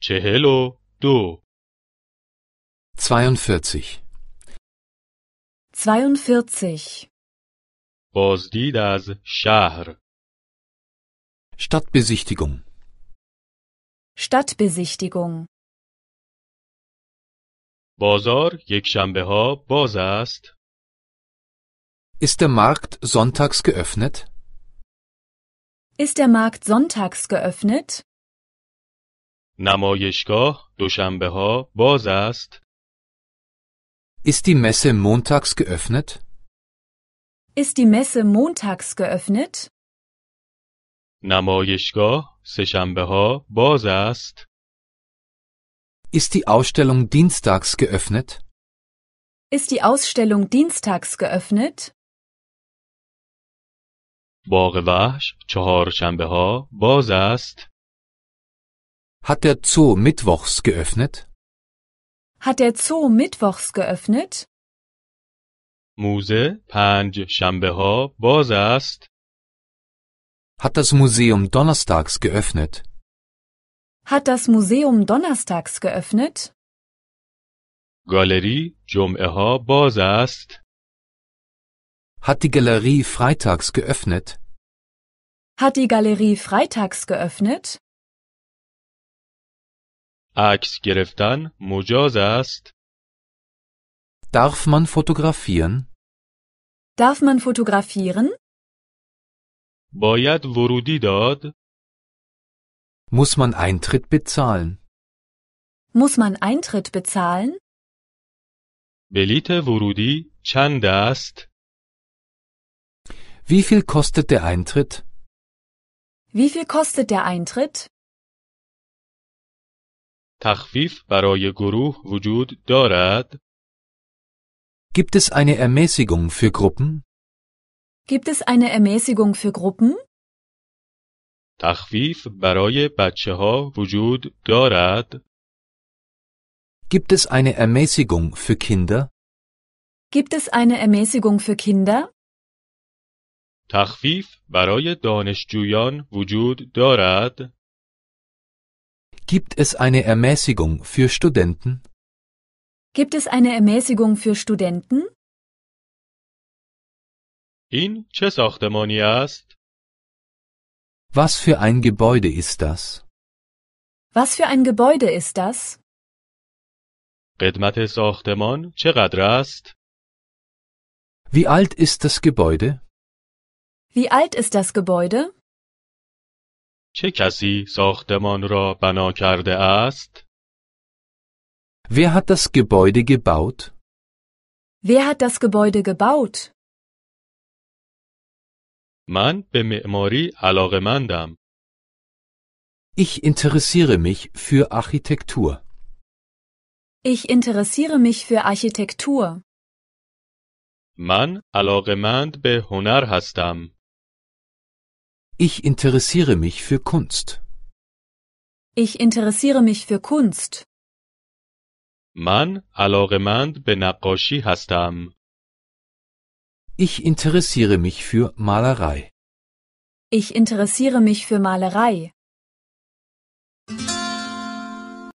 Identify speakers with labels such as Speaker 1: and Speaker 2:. Speaker 1: چهل و دو
Speaker 2: 42.
Speaker 3: 42.
Speaker 1: بازدید از شهر
Speaker 2: Stadtbesichtigung.
Speaker 3: Stadtbesichtigung.
Speaker 1: بازار یکشنبه ها باز است
Speaker 2: Ist der Markt sonntags geöffnet?
Speaker 3: Ist der Markt sonntags geöffnet?
Speaker 1: نمایشگاه دوشنبه ها باز است
Speaker 2: Ist die Messe montags geöffnet?
Speaker 3: Ist die Messe montags geöffnet?
Speaker 1: نمایشگاه سهشنبه ها باز است
Speaker 2: Ist die Ausstellung dienstags geöffnet?
Speaker 3: Ist die Ausstellung dienstags geöffnet?
Speaker 1: باغ وحش چهارشنبه ها باز است
Speaker 2: Hat der Zoo mittwochs geöffnet?
Speaker 3: Hat der Zoo mittwochs geöffnet?
Speaker 1: موزه پنج شنبه ها باز است
Speaker 2: Hat das Museum donnerstags geöffnet?
Speaker 3: Hat das Museum donnerstags geöffnet?
Speaker 1: گالری جمعه ها باز است
Speaker 2: Hat die Galerie freitags geöffnet?
Speaker 3: Hat die Galerie freitags geöffnet?
Speaker 1: عکس گرفتن مجاز است
Speaker 2: Darf man fotografieren?
Speaker 3: Darf man fotografieren?
Speaker 1: باید ورودی داد
Speaker 2: Muss man Eintritt bezahlen?
Speaker 3: Muss man Eintritt bezahlen?
Speaker 1: بلیت ورودی چند است
Speaker 2: Wie viel kostet der Eintritt?
Speaker 3: Wie viel kostet der Eintritt?
Speaker 1: تخفیف برای گروه وجود دارد
Speaker 2: Gibt es eine Ermäßigung für Gruppen?
Speaker 3: Gibt es eine Ermäßigung für Gruppen?
Speaker 1: تخفیف برای بچه ها وجود دارد
Speaker 2: Gibt es eine Ermäßigung für Kinder?
Speaker 3: Gibt es eine Ermäßigung für Kinder?
Speaker 1: تخفیف برای دانشجویان وجود دارد
Speaker 2: Gibt es eine Ermäßigung für Studenten?
Speaker 3: Gibt es eine Ermäßigung für Studenten?
Speaker 1: این چه ساختمانی است
Speaker 2: Was für ein Gebäude ist das?
Speaker 3: Was für ein Gebäude ist das?
Speaker 1: قدمت ساختمان چقدر است
Speaker 2: Wie alt ist das Gebäude?
Speaker 3: Wie alt ist das Gebäude?
Speaker 1: چه کسی ساختمان را بنا کرده است
Speaker 2: Wer hat das Gebäude gebaut?
Speaker 3: Wer hat das Gebäude gebaut?
Speaker 1: من به معماری علاقمندم
Speaker 2: Ich interessiere mich für Architektur.
Speaker 3: Ich interessiere mich für Architektur.
Speaker 1: من علاقمند به هنر هستم
Speaker 2: Ich interessiere mich für Kunst.
Speaker 3: Ich interessiere mich für Kunst.
Speaker 1: من علاقمند به نقاشی هستم
Speaker 2: Ich interessiere mich für Malerei.
Speaker 3: Ich interessiere mich für Malerei.